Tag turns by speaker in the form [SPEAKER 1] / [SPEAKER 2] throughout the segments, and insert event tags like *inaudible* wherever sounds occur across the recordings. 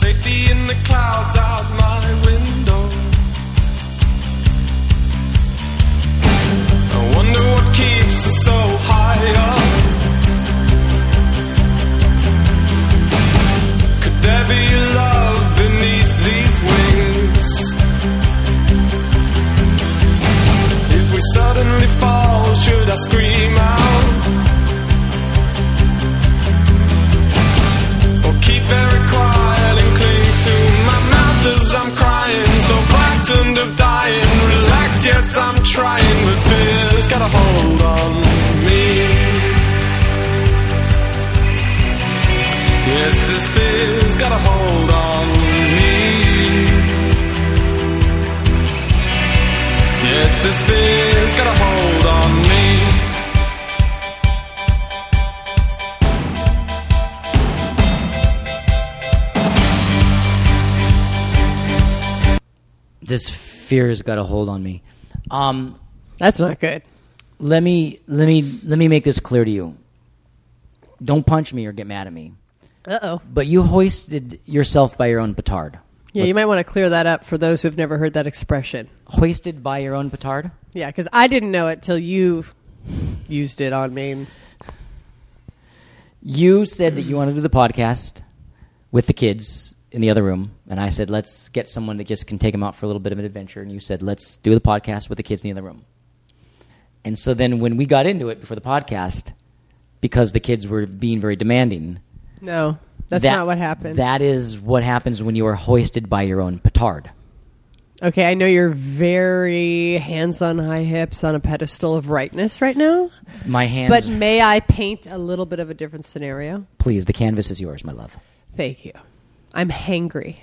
[SPEAKER 1] Safety in the clouds out my window. I wonder what keeps us so high up. Could there be love beneath these wings? If we suddenly fall, should I scream out? Or keep very quiet and cling to my mouth as I'm crying. So frightened of dying. Relax, yes, I'm trying, but fear's got a hold on me. Yes, this fear's got a hold on me. Yes, this fear's got a hold on me.
[SPEAKER 2] This fear has got a hold on me. Um,
[SPEAKER 3] That's not good.
[SPEAKER 2] let me let me let me make this clear to you. Don't punch me or get mad at me.
[SPEAKER 3] Uh oh.
[SPEAKER 2] But you hoisted yourself by your own petard.
[SPEAKER 3] Yeah, you might want to clear that up for those who've never heard that expression.
[SPEAKER 2] Hoisted by your own petard.
[SPEAKER 3] Yeah, because I didn't know it till you used it on me.
[SPEAKER 2] You said that you wanted to do the podcast with the kids in the other room, and I said let's get someone that just can take them out for a little bit of an adventure. And you said let's do the podcast with the kids in the other room. And so then when we got into it before the podcast, because the kids were being very demanding,
[SPEAKER 3] No, that's
[SPEAKER 2] that-
[SPEAKER 3] not what happened.
[SPEAKER 2] That is what happens when you are hoisted by your own petard.
[SPEAKER 3] okay, I know you're very hands on high hips on a pedestal of rightness right now,
[SPEAKER 2] My hands,
[SPEAKER 3] but may I paint a little bit of a different scenario?
[SPEAKER 2] please, the canvas is yours, my love.
[SPEAKER 3] Thank you. I'm hangry.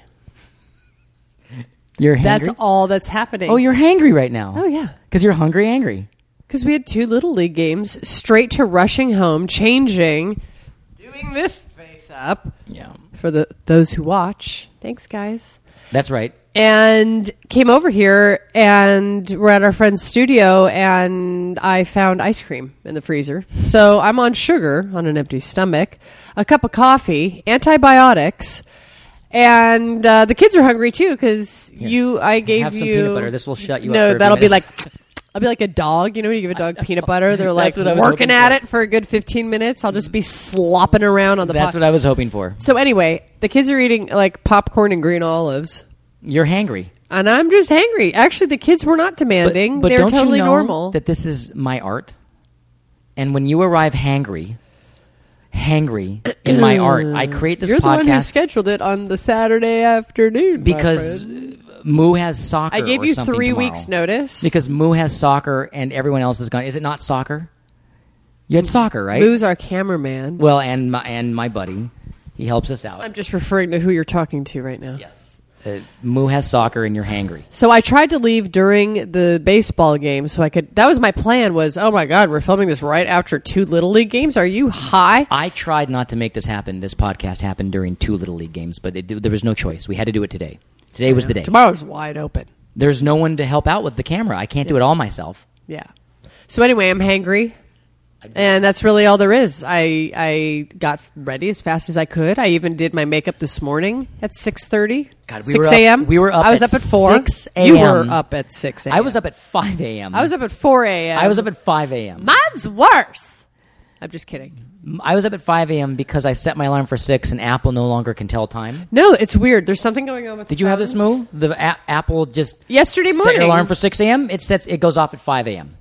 [SPEAKER 2] You're hangry.
[SPEAKER 3] That's all that's happening.
[SPEAKER 2] oh, you're hangry right now.
[SPEAKER 3] Oh, yeah.
[SPEAKER 2] because you're hungry, angry.
[SPEAKER 3] Because we had two Little League games, straight to rushing home, changing, doing this face up
[SPEAKER 2] Yeah,
[SPEAKER 3] for the those who watch. Thanks, guys.
[SPEAKER 2] that's right.
[SPEAKER 3] And came over here, and we're at our friend's studio, and I found ice cream in the freezer. So I'm on sugar on an empty stomach, a cup of coffee, antibiotics, and uh, the kids are hungry too because you. I gave
[SPEAKER 2] have some
[SPEAKER 3] you
[SPEAKER 2] peanut butter. This will shut you up
[SPEAKER 3] No,
[SPEAKER 2] for a few
[SPEAKER 3] that'll be like.
[SPEAKER 2] minutes.
[SPEAKER 3] I'll be like a dog. You know, when you give a
[SPEAKER 2] *laughs*
[SPEAKER 3] dog peanut butter, they're like
[SPEAKER 2] what I was hoping
[SPEAKER 3] working at
[SPEAKER 2] for.
[SPEAKER 3] it for a good 15 minutes. I'll just be slopping around on the
[SPEAKER 2] That's
[SPEAKER 3] po-
[SPEAKER 2] what I was hoping for.
[SPEAKER 3] So, anyway, the kids are eating like popcorn and green olives.
[SPEAKER 2] You're hangry.
[SPEAKER 3] And I'm just hangry. Actually, the kids were not
[SPEAKER 2] But,
[SPEAKER 3] demanding.
[SPEAKER 2] but
[SPEAKER 3] They're
[SPEAKER 2] don't
[SPEAKER 3] totally
[SPEAKER 2] you know
[SPEAKER 3] normal.
[SPEAKER 2] that this is my art. And when you arrive hangry, hangry in
[SPEAKER 3] *clears throat*
[SPEAKER 2] my art, I create this
[SPEAKER 3] You're the
[SPEAKER 2] podcast
[SPEAKER 3] one who scheduled it on the Saturday afternoon. my
[SPEAKER 2] because
[SPEAKER 3] friend.
[SPEAKER 2] Moo has soccer.
[SPEAKER 3] I gave
[SPEAKER 2] or
[SPEAKER 3] you
[SPEAKER 2] something
[SPEAKER 3] three
[SPEAKER 2] tomorrow.
[SPEAKER 3] weeks' notice.
[SPEAKER 2] because Moo has soccer and everyone else is gone. Is it not soccer? You had soccer, right?
[SPEAKER 3] Moo's our cameraman.
[SPEAKER 2] Well, and my, and my buddy, he helps us out.
[SPEAKER 3] I'm just referring to who you're talking to right now.
[SPEAKER 2] yes, uh, Moo has soccer, and you're hangry.
[SPEAKER 3] So I tried to leave during the baseball game so I could. That was my plan. Was oh my god, we're filming this right after two little league games. Are you high?
[SPEAKER 2] I tried not to make this happen. This podcast happened during two little league games, but it, there was no choice. We had to do it today. Today was the day.
[SPEAKER 3] Tomorrow's wide open.
[SPEAKER 2] There's no one to help out with the camera. I can't do it all myself.
[SPEAKER 3] Yeah. So anyway, I'm hangry. And that's really all there is. I I got ready as fast as I could. I even did my makeup this morning at six thirty.
[SPEAKER 2] God, we were
[SPEAKER 3] six
[SPEAKER 2] up-
[SPEAKER 3] a.m.
[SPEAKER 2] we were up
[SPEAKER 3] I was
[SPEAKER 2] at
[SPEAKER 3] up at four.
[SPEAKER 2] 6 a.m..
[SPEAKER 3] You were up at six a.m.
[SPEAKER 2] I was up at 5 a.m.
[SPEAKER 3] I was up at four a.m.
[SPEAKER 2] I was up at 5 a.m.
[SPEAKER 3] Mine's worse. I'm just kidding.
[SPEAKER 2] I was up at 5 a.m. because I set my alarm for 6 and Apple no longer can tell time.
[SPEAKER 3] No, it's weird. There's something going on with.
[SPEAKER 2] Did you have this
[SPEAKER 3] phones.
[SPEAKER 2] move? The a- Apple just
[SPEAKER 3] Yesterday
[SPEAKER 2] set your
[SPEAKER 3] morning.
[SPEAKER 2] alarm for 6 a.m. It sets it goes off at 5 a.m.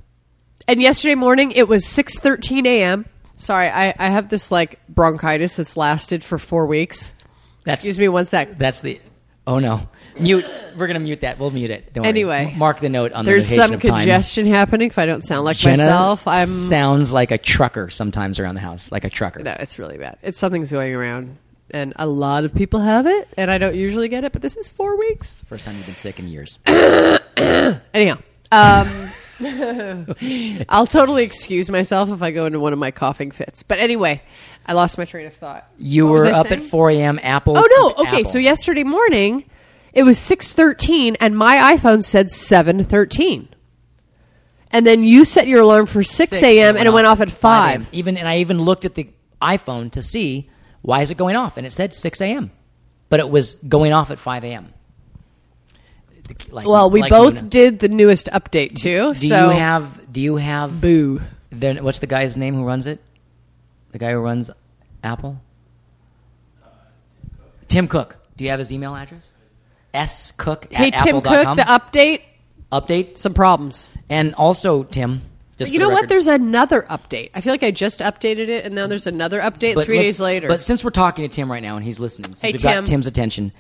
[SPEAKER 3] And yesterday morning, it was six thirteen a.m. Sorry, I, I have this like bronchitis that's lasted for four weeks.
[SPEAKER 2] That's-
[SPEAKER 3] Excuse me, one sec.
[SPEAKER 2] That's the oh no mute. We're gonna mute that. We'll mute it. Don't worry.
[SPEAKER 3] Anyway.
[SPEAKER 2] M- mark the note on
[SPEAKER 3] There's
[SPEAKER 2] the notation
[SPEAKER 3] some
[SPEAKER 2] of time.
[SPEAKER 3] congestion happening. If I don't sound like
[SPEAKER 2] Jenna
[SPEAKER 3] myself, I'm.
[SPEAKER 2] sounds like a trucker sometimes around the house, like a trucker.
[SPEAKER 3] no, it's really bad. It's something's going around, and a lot of people have it, and I don't usually get it. But this is four weeks.
[SPEAKER 2] First time you've been sick in years.
[SPEAKER 3] Anyhow, um, *laughs* I'll totally excuse myself if I go into one of my coughing fits. But anyway, I lost my train of thought.
[SPEAKER 2] You
[SPEAKER 3] What was
[SPEAKER 2] were
[SPEAKER 3] I
[SPEAKER 2] up
[SPEAKER 3] saying?
[SPEAKER 2] at 4 a.m. Apple.
[SPEAKER 3] Oh no. Okay,
[SPEAKER 2] Apple.
[SPEAKER 3] so yesterday morning it was 6:13 and my iPhone said 7:13. And then you set your alarm for 6,
[SPEAKER 2] 6
[SPEAKER 3] a.m. and it went off at 5.
[SPEAKER 2] a.m. Even and I even looked at the iPhone to see why is it going off, and it said 6 a.m. but it was going off at 5 a.m. The- Like,
[SPEAKER 3] Well, we
[SPEAKER 2] like
[SPEAKER 3] both
[SPEAKER 2] Nina.
[SPEAKER 3] did the newest update too.
[SPEAKER 2] Do
[SPEAKER 3] so
[SPEAKER 2] you have? Do you have?
[SPEAKER 3] boo.
[SPEAKER 2] Then what's the guy's name who runs it? The guy who runs Apple? Tim Cook. Do you have his email address? S Cook at
[SPEAKER 3] Hey Tim
[SPEAKER 2] apple.com.
[SPEAKER 3] Cook, the uh, update.
[SPEAKER 2] update.
[SPEAKER 3] Some problems.
[SPEAKER 2] And also Tim, just
[SPEAKER 3] You
[SPEAKER 2] for
[SPEAKER 3] know
[SPEAKER 2] the
[SPEAKER 3] what?
[SPEAKER 2] record-
[SPEAKER 3] There's another update. I feel like I just updated it, and now there's another update
[SPEAKER 2] but
[SPEAKER 3] three
[SPEAKER 2] let's-
[SPEAKER 3] days later.
[SPEAKER 2] But since we're talking to Tim right now and he's listening, since
[SPEAKER 3] Hey,
[SPEAKER 2] we've
[SPEAKER 3] Tim.
[SPEAKER 2] got Tim's attention,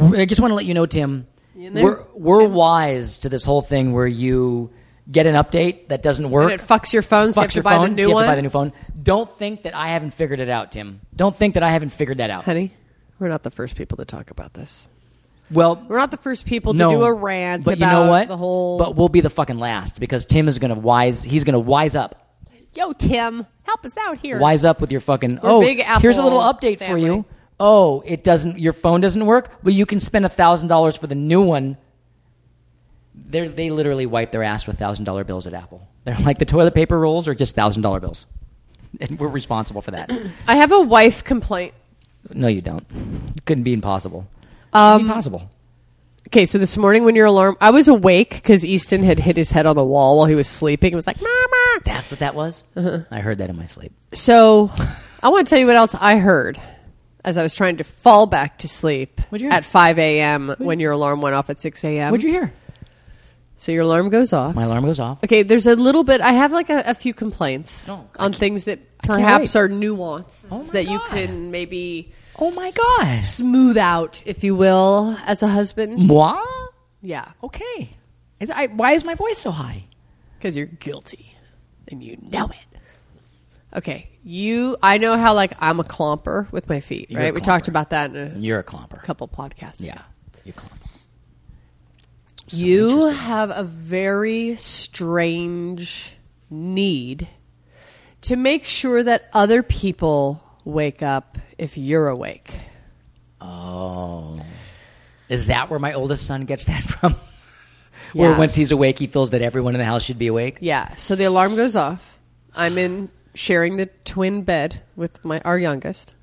[SPEAKER 2] I just want to let you know, Tim,
[SPEAKER 3] You in there,
[SPEAKER 2] we're we're wise to this whole thing where you get an update that doesn't work.
[SPEAKER 3] and it fucks your phone, so you have
[SPEAKER 2] fucks
[SPEAKER 3] to
[SPEAKER 2] your
[SPEAKER 3] buy
[SPEAKER 2] phone.
[SPEAKER 3] the
[SPEAKER 2] so
[SPEAKER 3] new
[SPEAKER 2] you have
[SPEAKER 3] one.
[SPEAKER 2] to buy the new phone. Don't think that I haven't figured it out, Tim. Don't think that I haven't figured that out.
[SPEAKER 3] Honey, we're not the first people to talk about this.
[SPEAKER 2] Well,
[SPEAKER 3] We're not the first people
[SPEAKER 2] no,
[SPEAKER 3] to do a rant
[SPEAKER 2] but
[SPEAKER 3] about
[SPEAKER 2] you know what?
[SPEAKER 3] the whole.
[SPEAKER 2] But we'll be the fucking last because Tim is gonna wise. He's gonna wise up.
[SPEAKER 3] Yo, Tim, help us out here.
[SPEAKER 2] Wise up with your fucking.
[SPEAKER 3] We're
[SPEAKER 2] oh,
[SPEAKER 3] big
[SPEAKER 2] here's a little
[SPEAKER 3] Apple
[SPEAKER 2] update for
[SPEAKER 3] family.
[SPEAKER 2] you. Oh, it doesn't. Your phone doesn't work. Well, you can spend a thousand dollars for the new one. They they literally wipe their ass with thousand dollar bills at Apple. They're like the toilet paper rolls are just thousand dollar bills, *laughs* and we're responsible for
[SPEAKER 3] *coughs*
[SPEAKER 2] that.
[SPEAKER 3] I have a wife complaint.
[SPEAKER 2] No, you don't. It couldn't be impossible.
[SPEAKER 3] Um,
[SPEAKER 2] Couldn't be possible.
[SPEAKER 3] Okay, so this morning when your alarm, I was awake because Easton had hit his head on the wall while he was sleeping. It was like, Mama.
[SPEAKER 2] That's what that was.
[SPEAKER 3] Uh-huh.
[SPEAKER 2] I heard that in my sleep.
[SPEAKER 3] So I want to tell you what else I heard as I was trying to fall back to sleep
[SPEAKER 2] What'd you hear?
[SPEAKER 3] at 5 a.m. when your alarm went off at 6 a.m.
[SPEAKER 2] What'd you hear?
[SPEAKER 3] So your alarm goes off.
[SPEAKER 2] My alarm goes off.
[SPEAKER 3] Okay, there's a little bit. I have like a, a few complaints
[SPEAKER 2] No, I
[SPEAKER 3] on things that
[SPEAKER 2] can't
[SPEAKER 3] perhaps
[SPEAKER 2] wait.
[SPEAKER 3] are nuances
[SPEAKER 2] Oh my
[SPEAKER 3] that you
[SPEAKER 2] God.
[SPEAKER 3] can maybe
[SPEAKER 2] Oh my god.
[SPEAKER 3] smooth out, if you will, as a husband.
[SPEAKER 2] Moi? Mm-hmm.
[SPEAKER 3] Yeah,
[SPEAKER 2] Okay. Is- I- why is my voice so high?
[SPEAKER 3] because you're guilty and you know it. Okay, you. I know how like I'm a clomper with my feet,
[SPEAKER 2] You're a
[SPEAKER 3] right? We talked
[SPEAKER 2] clomper.
[SPEAKER 3] about that in
[SPEAKER 2] You're a
[SPEAKER 3] a
[SPEAKER 2] clomper.
[SPEAKER 3] couple podcasts.
[SPEAKER 2] Yeah.
[SPEAKER 3] ago.
[SPEAKER 2] You clomp.
[SPEAKER 3] you have a very strange need to make sure that other people wake up if you're awake.
[SPEAKER 2] Oh. Is that where my oldest son gets that *laughs* from?
[SPEAKER 3] Yeah.
[SPEAKER 2] Where once he's awake, he feels that everyone in the house should be awake?
[SPEAKER 3] Yeah. So the alarm goes off. I'm in sharing the twin bed with my our youngest,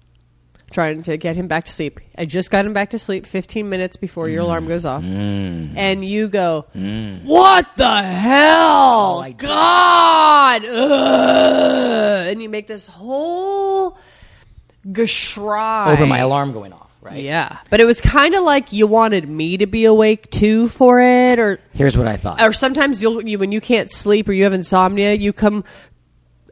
[SPEAKER 3] trying to get him back to sleep. I just got him back to sleep 15 minutes before your alarm goes off, and you go, "What the hell,
[SPEAKER 2] I did.
[SPEAKER 3] God!" Ugh! And you make this whole gashrai
[SPEAKER 2] Over my alarm going off, right?
[SPEAKER 3] Yeah, but it was kind of like you wanted me to be awake too for it, or
[SPEAKER 2] Here's what I thought.
[SPEAKER 3] or sometimes you'll you when you can't sleep or you have insomnia, you come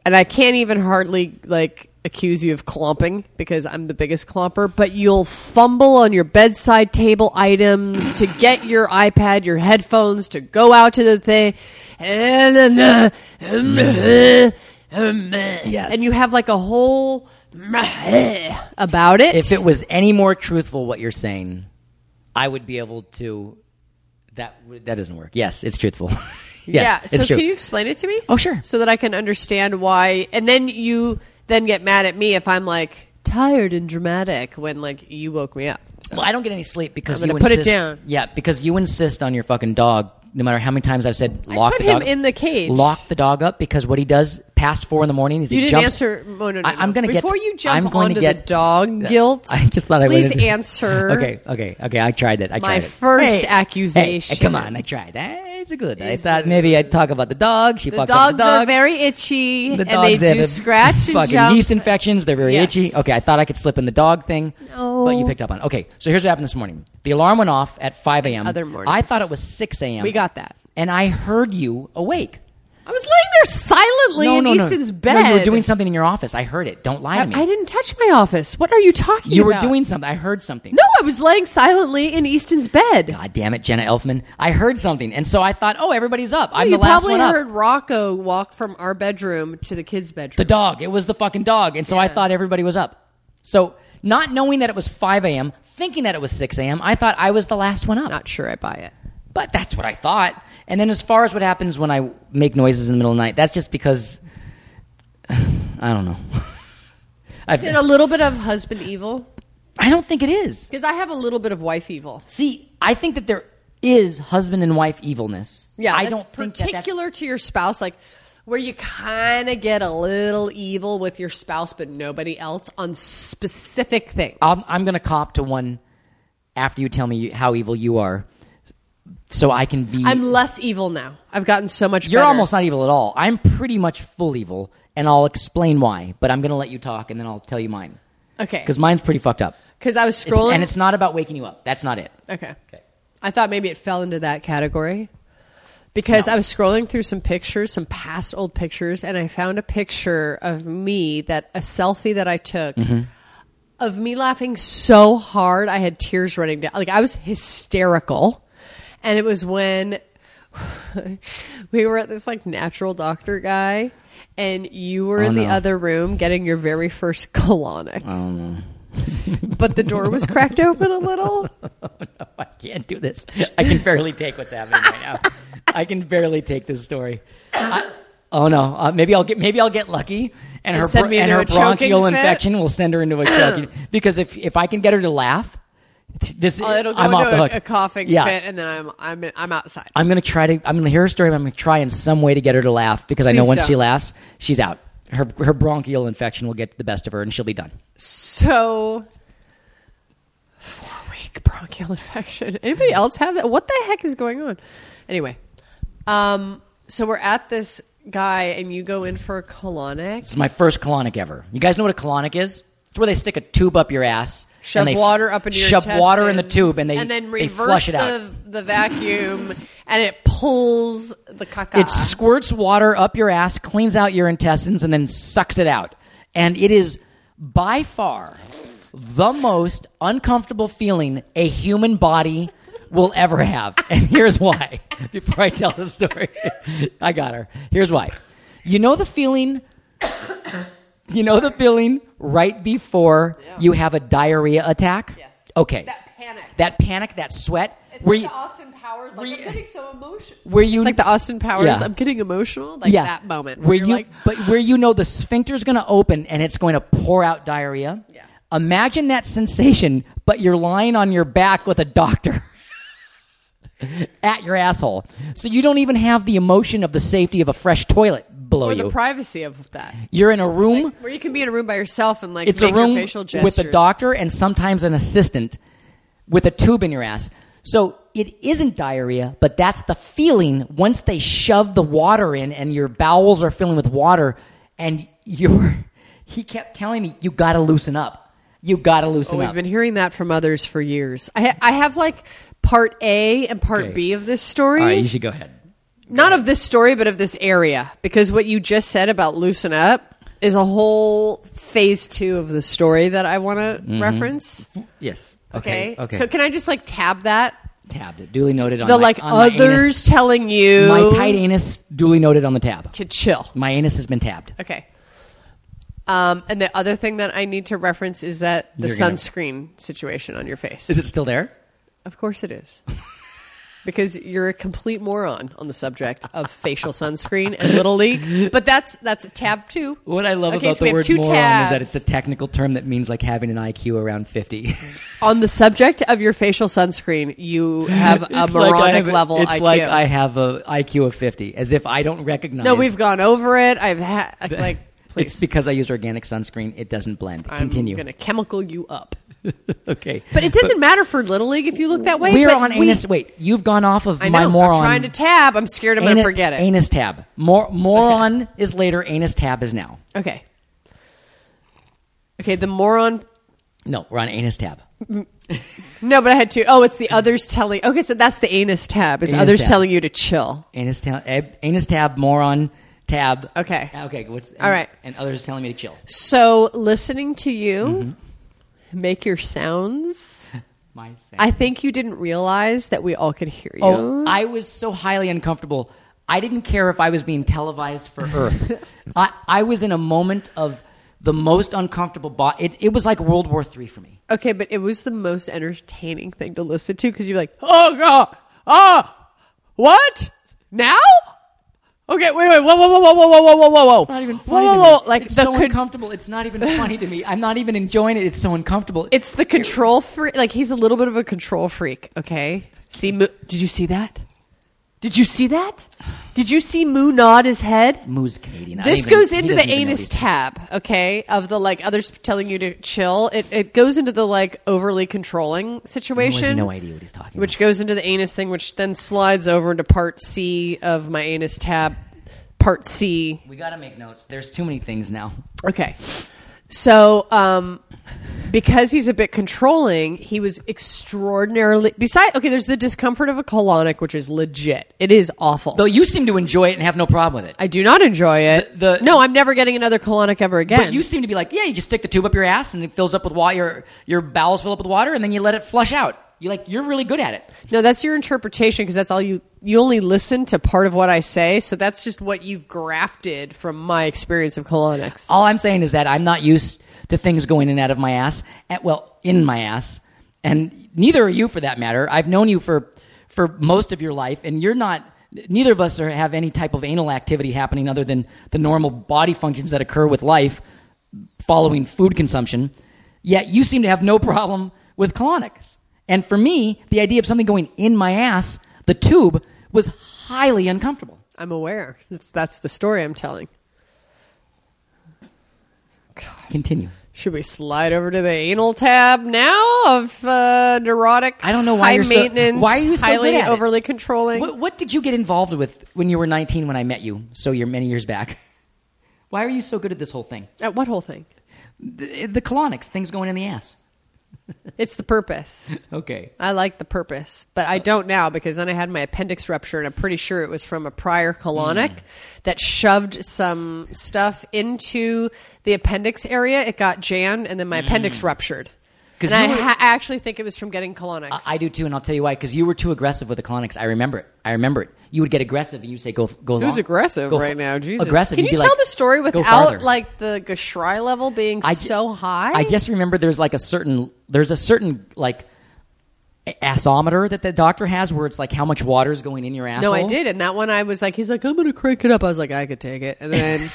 [SPEAKER 3] and I can't even hardly like accuse you of clomping because I'm the biggest clomper, but you'll fumble on your bedside table items to get your iPad, your headphones, to go out to the thing. And you have like a whole about it.
[SPEAKER 2] Eh. if it was any more truthful what you're saying, I would be able to. That would- that doesn't work. Yes, it's truthful. *laughs* yes,
[SPEAKER 3] yeah. So
[SPEAKER 2] it's true.
[SPEAKER 3] can you explain it to me?
[SPEAKER 2] Oh, sure.
[SPEAKER 3] So that I can understand why. And then you then get mad at me if I'm like tired and dramatic when like you woke me up.
[SPEAKER 2] well, I don't get any sleep because
[SPEAKER 3] I'm
[SPEAKER 2] you
[SPEAKER 3] gonna put it
[SPEAKER 2] insist-
[SPEAKER 3] down.
[SPEAKER 2] Yeah, because you insist on your fucking dog. No matter how many times I've said lock
[SPEAKER 3] put
[SPEAKER 2] the dog
[SPEAKER 3] him in the cage.
[SPEAKER 2] lock the dog up because what he does past four in the morning is
[SPEAKER 3] You
[SPEAKER 2] he
[SPEAKER 3] didn't
[SPEAKER 2] jumps.
[SPEAKER 3] answer. No, no, no,
[SPEAKER 2] I, am
[SPEAKER 3] no.
[SPEAKER 2] going to get
[SPEAKER 3] before you jump
[SPEAKER 2] I'm going
[SPEAKER 3] onto
[SPEAKER 2] to get,
[SPEAKER 3] the dog guilt.
[SPEAKER 2] I just thought I
[SPEAKER 3] please
[SPEAKER 2] would- *laughs* *laughs*
[SPEAKER 3] answer.
[SPEAKER 2] Okay, okay, okay. I tried it. I
[SPEAKER 3] My
[SPEAKER 2] tried it.
[SPEAKER 3] first
[SPEAKER 2] Hey, hey,
[SPEAKER 3] accusation.
[SPEAKER 2] come on, I tried. Eh, It's good. I
[SPEAKER 3] It's
[SPEAKER 2] thought
[SPEAKER 3] a-
[SPEAKER 2] maybe I'd talk about the dog. She
[SPEAKER 3] The
[SPEAKER 2] fucks up
[SPEAKER 3] dogs
[SPEAKER 2] the dog.
[SPEAKER 3] are very itchy,
[SPEAKER 2] the
[SPEAKER 3] and they
[SPEAKER 2] dogs have
[SPEAKER 3] do
[SPEAKER 2] a
[SPEAKER 3] scratch and
[SPEAKER 2] fucking
[SPEAKER 3] jump.
[SPEAKER 2] yeast infections. They're very
[SPEAKER 3] Yes.
[SPEAKER 2] itchy. Okay, I thought I could slip in the dog thing,
[SPEAKER 3] No.
[SPEAKER 2] but you picked up on. it. Okay, so here's what happened this morning. The alarm went off at 5 a.m.
[SPEAKER 3] other mornings.
[SPEAKER 2] I thought it was 6 a.m.
[SPEAKER 3] We got that.
[SPEAKER 2] and I heard you awake.
[SPEAKER 3] I was laying there silently in Easton's
[SPEAKER 2] no.
[SPEAKER 3] bed.
[SPEAKER 2] No, you were doing something in your office. I heard it. Don't lie
[SPEAKER 3] I,
[SPEAKER 2] to me.
[SPEAKER 3] I didn't touch my office. What are you talking
[SPEAKER 2] you were
[SPEAKER 3] about?
[SPEAKER 2] doing something. I heard something.
[SPEAKER 3] No, I was laying silently in Easton's bed.
[SPEAKER 2] God damn it, Jenna Elfman. I heard something, and so I thought, oh, everybody's up. I'm
[SPEAKER 3] you
[SPEAKER 2] the last
[SPEAKER 3] probably
[SPEAKER 2] one up.
[SPEAKER 3] heard Rocco walk from our bedroom to the kids' bedroom.
[SPEAKER 2] the dog. It was the fucking dog. And so I
[SPEAKER 3] Yeah.
[SPEAKER 2] thought everybody was up. So not knowing that it was 5 a.m., thinking that it was 6 a.m., I thought I was the last one up.
[SPEAKER 3] Not sure I buy it.
[SPEAKER 2] but that's what I thought. And then as far as what happens when I make noises in the middle of the night, that's just because *sighs* I don't know. *laughs*
[SPEAKER 3] Is it a
[SPEAKER 2] I,
[SPEAKER 3] little bit of husband evil?
[SPEAKER 2] I don't think it is.
[SPEAKER 3] Because I have a little bit of wife evil.
[SPEAKER 2] See, I think that there is husband and wife evilness.
[SPEAKER 3] Yeah,
[SPEAKER 2] I
[SPEAKER 3] that's
[SPEAKER 2] don't think that that's
[SPEAKER 3] particular to your spouse. Like where you kind of get a little evil with your spouse, but nobody else on specific things.
[SPEAKER 2] I'm, I'm going to cop to one after you tell me you, how evil you are, so I can be.
[SPEAKER 3] I'm less evil now. I've gotten so much.
[SPEAKER 2] you're
[SPEAKER 3] better.
[SPEAKER 2] almost not evil at all. I'm pretty much full evil, and I'll explain why. But I'm going to let you talk, and then I'll tell you mine
[SPEAKER 3] okay
[SPEAKER 2] because mine's pretty fucked up.
[SPEAKER 3] because I was
[SPEAKER 2] It's,
[SPEAKER 3] scrolling
[SPEAKER 2] and it's not about waking you up. That's not it.
[SPEAKER 3] Okay.
[SPEAKER 2] Okay.
[SPEAKER 3] I thought maybe it fell into that category because I was scrolling through some pictures, some past old pictures, and I found a picture of me that a selfie that I took
[SPEAKER 2] Mm-hmm.
[SPEAKER 3] of me laughing so hard I had tears running down. Like I was hysterical. And it was when *laughs* we were at this like natural doctor guy and you were
[SPEAKER 2] Oh,
[SPEAKER 3] in the
[SPEAKER 2] no. Oh,
[SPEAKER 3] other room getting your very first *laughs* colonic. but the door was cracked open
[SPEAKER 2] *laughs*
[SPEAKER 3] a little.
[SPEAKER 2] I can't do this. I can barely take what's happening right
[SPEAKER 3] *laughs*
[SPEAKER 2] now. I can barely take this story. I, oh no! Uh, maybe I'll get maybe I'll get lucky, and,
[SPEAKER 3] And
[SPEAKER 2] her
[SPEAKER 3] send
[SPEAKER 2] bro-
[SPEAKER 3] me
[SPEAKER 2] and
[SPEAKER 3] into
[SPEAKER 2] her
[SPEAKER 3] a choking
[SPEAKER 2] bronchial
[SPEAKER 3] fit?
[SPEAKER 2] infection will send her into a
[SPEAKER 3] *clears throat*
[SPEAKER 2] choking. Because if if I can get her to laugh, this
[SPEAKER 3] Oh, it'll go
[SPEAKER 2] I'm off
[SPEAKER 3] into
[SPEAKER 2] the
[SPEAKER 3] a,
[SPEAKER 2] hook.
[SPEAKER 3] a coughing
[SPEAKER 2] Yeah.
[SPEAKER 3] fit, and then I'm I'm I'm outside.
[SPEAKER 2] I'm gonna try to. I'm gonna hear her story. But I'm gonna try in some way to get her to laugh because I know
[SPEAKER 3] Please
[SPEAKER 2] once she
[SPEAKER 3] don't.
[SPEAKER 2] laughs, she's out. Her her bronchial infection will get the best of her, and she'll be done.
[SPEAKER 3] So four week bronchial infection. Anybody else have that? What the heck is going on? Anyway, um, so we're at this guy, and you go in for a colonic.
[SPEAKER 2] This is my first colonic ever. You guys know what a colonic is? It's where they stick a tube up your ass, and
[SPEAKER 3] Shove
[SPEAKER 2] they
[SPEAKER 3] water up into your
[SPEAKER 2] shove water in the
[SPEAKER 3] intestines,
[SPEAKER 2] tube, and they
[SPEAKER 3] and then
[SPEAKER 2] they
[SPEAKER 3] reverse
[SPEAKER 2] flush it
[SPEAKER 3] the
[SPEAKER 2] out.
[SPEAKER 3] the vacuum, and it pulls the caca.
[SPEAKER 2] It squirts water up your ass, cleans out your intestines, and then sucks it out. And it is by far the most uncomfortable feeling a human body will ever have. *laughs* And here's why. *laughs* Before I tell the story, *laughs* I got her. Here's why. You know the feeling. *coughs* You know the feeling right before you have a diarrhea attack.
[SPEAKER 3] Yes.
[SPEAKER 2] Okay.
[SPEAKER 3] That panic.
[SPEAKER 2] That panic. That sweat.
[SPEAKER 3] it's
[SPEAKER 2] where
[SPEAKER 3] like
[SPEAKER 2] you,
[SPEAKER 3] the Austin Powers. Like
[SPEAKER 2] were
[SPEAKER 3] I'm
[SPEAKER 2] you-
[SPEAKER 3] getting so emotional.
[SPEAKER 2] where you *laughs*
[SPEAKER 3] It's like the Austin Powers.
[SPEAKER 2] Yeah.
[SPEAKER 3] I'm getting emotional. Like that moment
[SPEAKER 2] where, you,
[SPEAKER 3] you're like,
[SPEAKER 2] but where you know the sphincter's going to open and it's going to pour out diarrhea.
[SPEAKER 3] Yeah.
[SPEAKER 2] Imagine that sensation, but you're lying on your back with a doctor *laughs* at your asshole, so you don't even have the emotion of the safety of a fresh toilet below
[SPEAKER 3] or
[SPEAKER 2] you.
[SPEAKER 3] the privacy of that.
[SPEAKER 2] you're in a room.
[SPEAKER 3] Where you can be in a room by yourself and like
[SPEAKER 2] it's a
[SPEAKER 3] make
[SPEAKER 2] room
[SPEAKER 3] your facial gestures.
[SPEAKER 2] with a doctor and sometimes an assistant with a tube in your ass. So it isn't diarrhea, but that's the feeling once they shove the water in and your bowels are filling with water and *laughs* you're he kept telling me you got to loosen up. You got to loosen
[SPEAKER 3] Oh, we've
[SPEAKER 2] up.
[SPEAKER 3] been hearing that from others for years. I ha- I have like part A and part
[SPEAKER 2] Okay.
[SPEAKER 3] B of this story.
[SPEAKER 2] All right, you should go ahead.
[SPEAKER 3] Not of this story, but of this area because what you just said about loosen up is a whole phase 2 of the story that I want to reference.
[SPEAKER 2] Yes.
[SPEAKER 3] Okay.
[SPEAKER 2] Mm-hmm. Okay. okay.
[SPEAKER 3] So can I just like tab that
[SPEAKER 2] tabbed it. Duly noted on
[SPEAKER 3] the
[SPEAKER 2] my-
[SPEAKER 3] like
[SPEAKER 2] on my
[SPEAKER 3] others
[SPEAKER 2] anus.
[SPEAKER 3] telling you
[SPEAKER 2] my tight anus duly noted on the tab.
[SPEAKER 3] to chill.
[SPEAKER 2] My anus has been tabbed.
[SPEAKER 3] Okay. Um, and the other thing that I need to reference is that the
[SPEAKER 2] You're gonna-
[SPEAKER 3] sunscreen situation on your face.
[SPEAKER 2] Is it still there?
[SPEAKER 3] Of course it is. because you're a complete moron on the subject of facial sunscreen and little league. But that's that's tab two.
[SPEAKER 2] What I love
[SPEAKER 3] Okay,
[SPEAKER 2] about
[SPEAKER 3] so we
[SPEAKER 2] the
[SPEAKER 3] have
[SPEAKER 2] word
[SPEAKER 3] two
[SPEAKER 2] moron is that it's
[SPEAKER 3] tabs.
[SPEAKER 2] a technical term that means like having an IQ around 50.
[SPEAKER 3] on the subject of your facial sunscreen, you have a
[SPEAKER 2] *laughs* It's
[SPEAKER 3] moronic
[SPEAKER 2] I have a-
[SPEAKER 3] level
[SPEAKER 2] It's
[SPEAKER 3] IQ.
[SPEAKER 2] like I have a IQ of 50, as if I don't recognize.
[SPEAKER 3] no, we've gone over it. I've had
[SPEAKER 2] *laughs*
[SPEAKER 3] like
[SPEAKER 2] It's
[SPEAKER 3] please.
[SPEAKER 2] because I use organic sunscreen. It doesn't blend. Continue.
[SPEAKER 3] I'm gonna chemical you up.
[SPEAKER 2] *laughs* okay.
[SPEAKER 3] But it doesn't matter for little league if you look that way.
[SPEAKER 2] we're
[SPEAKER 3] but
[SPEAKER 2] on
[SPEAKER 3] we-
[SPEAKER 2] anus. Wait, you've gone off of
[SPEAKER 3] I know.
[SPEAKER 2] my moron.
[SPEAKER 3] I'm trying to tab. I'm scared I'm
[SPEAKER 2] Ana-
[SPEAKER 3] gonna forget it.
[SPEAKER 2] Anus tab. Mor- moron is later. Anus tab is now.
[SPEAKER 3] Okay. Okay, the moron.
[SPEAKER 2] No, we're on anus tab.
[SPEAKER 3] No, but I had two. Oh, it's the others telling. Okay, so that's the anus tab. Is
[SPEAKER 2] Anus
[SPEAKER 3] others
[SPEAKER 2] tab.
[SPEAKER 3] telling you to chill?
[SPEAKER 2] Anus tab. ab- Anus tab. Moron tab.
[SPEAKER 3] Okay.
[SPEAKER 2] Okay. What's
[SPEAKER 3] All right.
[SPEAKER 2] And others telling me to chill.
[SPEAKER 3] So listening to you
[SPEAKER 2] Mm-hmm.
[SPEAKER 3] make your sounds.
[SPEAKER 2] My sad.
[SPEAKER 3] I think you didn't realize that we all could hear you.
[SPEAKER 2] Oh, I was so highly uncomfortable. I didn't care if I was being televised for *laughs* Earth. I, I was in a moment of the most uncomfortable. Bo- it, it was like World War III for me.
[SPEAKER 3] okay, but it was the most entertaining thing to listen to because you're like, oh god, oh, what now? Okay, wait, wait, whoa, whoa, whoa, whoa, whoa, whoa, whoa, whoa, whoa,
[SPEAKER 2] It's not even funny.
[SPEAKER 3] whoa,
[SPEAKER 2] to
[SPEAKER 3] whoa,
[SPEAKER 2] me.
[SPEAKER 3] whoa. like
[SPEAKER 2] it's
[SPEAKER 3] the
[SPEAKER 2] so
[SPEAKER 3] could-
[SPEAKER 2] uncomfortable. It's not even funny to me. I'm not even enjoying it. It's so uncomfortable.
[SPEAKER 3] It's the control freak. Like he's a little bit of a control freak. Okay. See, mo- did you see that? Did you see that? Did you see Moo nod his head?
[SPEAKER 2] Moo's Canadian. I
[SPEAKER 3] This
[SPEAKER 2] don't even-
[SPEAKER 3] goes
[SPEAKER 2] he
[SPEAKER 3] into the
[SPEAKER 2] doesn't even know
[SPEAKER 3] anus
[SPEAKER 2] these-
[SPEAKER 3] tab, okay, of the like others telling you to chill. It, it goes into the like overly controlling
[SPEAKER 2] He has
[SPEAKER 3] situation.
[SPEAKER 2] no idea what he's talking
[SPEAKER 3] Which goes into the anus thing, which then slides over into part C of my anus tab. Part C.
[SPEAKER 2] about. We got to make notes. There's too many things now.
[SPEAKER 3] Okay. So, um, because he's a bit controlling, he was extraordinarily. Beside, okay, there's the discomfort of a colonic, which is legit. It is awful.
[SPEAKER 2] Though you seem to enjoy it and have no problem with it.
[SPEAKER 3] I do not enjoy it.
[SPEAKER 2] The- the-
[SPEAKER 3] no, I'm never getting another colonic ever again.
[SPEAKER 2] But you seem to be like, yeah, you just stick the tube up your ass and it fills up with water. Your, your bowels fill up with water and then you let it flush out. You like, you're really good at it.
[SPEAKER 3] No, that's your interpretation because that's all you you only listen to part of what I say, so that's just what you've grafted from my experience of colonics.
[SPEAKER 2] All I'm saying is that I'm not used to things going in and out of my ass. And, well, in my ass, and neither are you, for that matter. I've known you for for most of your life, and you're not. Neither of us are, have any type of anal activity happening other than the normal body functions that occur with life following food consumption. Yet you seem to have no problem with colonics. And for me, the idea of something going in my ass, the tube, was highly uncomfortable.
[SPEAKER 3] I'm aware. That's that's the story I'm telling.
[SPEAKER 2] Continue.
[SPEAKER 3] Should we slide over to the anal tab now of uh, neurotic?
[SPEAKER 2] I don't know why
[SPEAKER 3] high
[SPEAKER 2] you're so-
[SPEAKER 3] maintenance.
[SPEAKER 2] why are you so
[SPEAKER 3] highly
[SPEAKER 2] good at it?
[SPEAKER 3] overly controlling?
[SPEAKER 2] What, what did you get involved with when you were 19 when I met you? So you're many years back. *laughs* Why are you so good at this whole thing?
[SPEAKER 3] At Uh, what whole thing?
[SPEAKER 2] The, the colonics, things going in the ass.
[SPEAKER 3] It's the purpose.
[SPEAKER 2] Okay.
[SPEAKER 3] I like the purpose, but I don't now because then I had my appendix rupture, and I'm pretty sure it was from a prior colonic
[SPEAKER 2] Mm.
[SPEAKER 3] that shoved some stuff into the appendix area. It got jammed, and then my appendix ruptured.
[SPEAKER 2] Mm. 'Cause
[SPEAKER 3] And I
[SPEAKER 2] you were-
[SPEAKER 3] ha- actually think it was from getting colonics.
[SPEAKER 2] I, I do too, and I'll tell you why. Because you were too aggressive with the colonics. I remember it. I remember it. You would get aggressive and you say, "Go, go."
[SPEAKER 3] Who's
[SPEAKER 2] long-
[SPEAKER 3] aggressive
[SPEAKER 2] go
[SPEAKER 3] right
[SPEAKER 2] fa-
[SPEAKER 3] now? Jesus.
[SPEAKER 2] Aggressive.
[SPEAKER 3] Can
[SPEAKER 2] You'd
[SPEAKER 3] you
[SPEAKER 2] be
[SPEAKER 3] tell
[SPEAKER 2] like,
[SPEAKER 3] the story
[SPEAKER 2] "Go
[SPEAKER 3] without
[SPEAKER 2] farther."
[SPEAKER 3] like the Gashry level being
[SPEAKER 2] I ju-
[SPEAKER 3] so high?
[SPEAKER 2] I just remember there's like a certain there's a certain like a- assometer that the doctor has where it's like how much water is going in your asshole.
[SPEAKER 3] No, I did. And that one, I was like, he's like, I'm going to crank it up. I was like, I could take it.
[SPEAKER 2] *laughs*
[SPEAKER 3] And then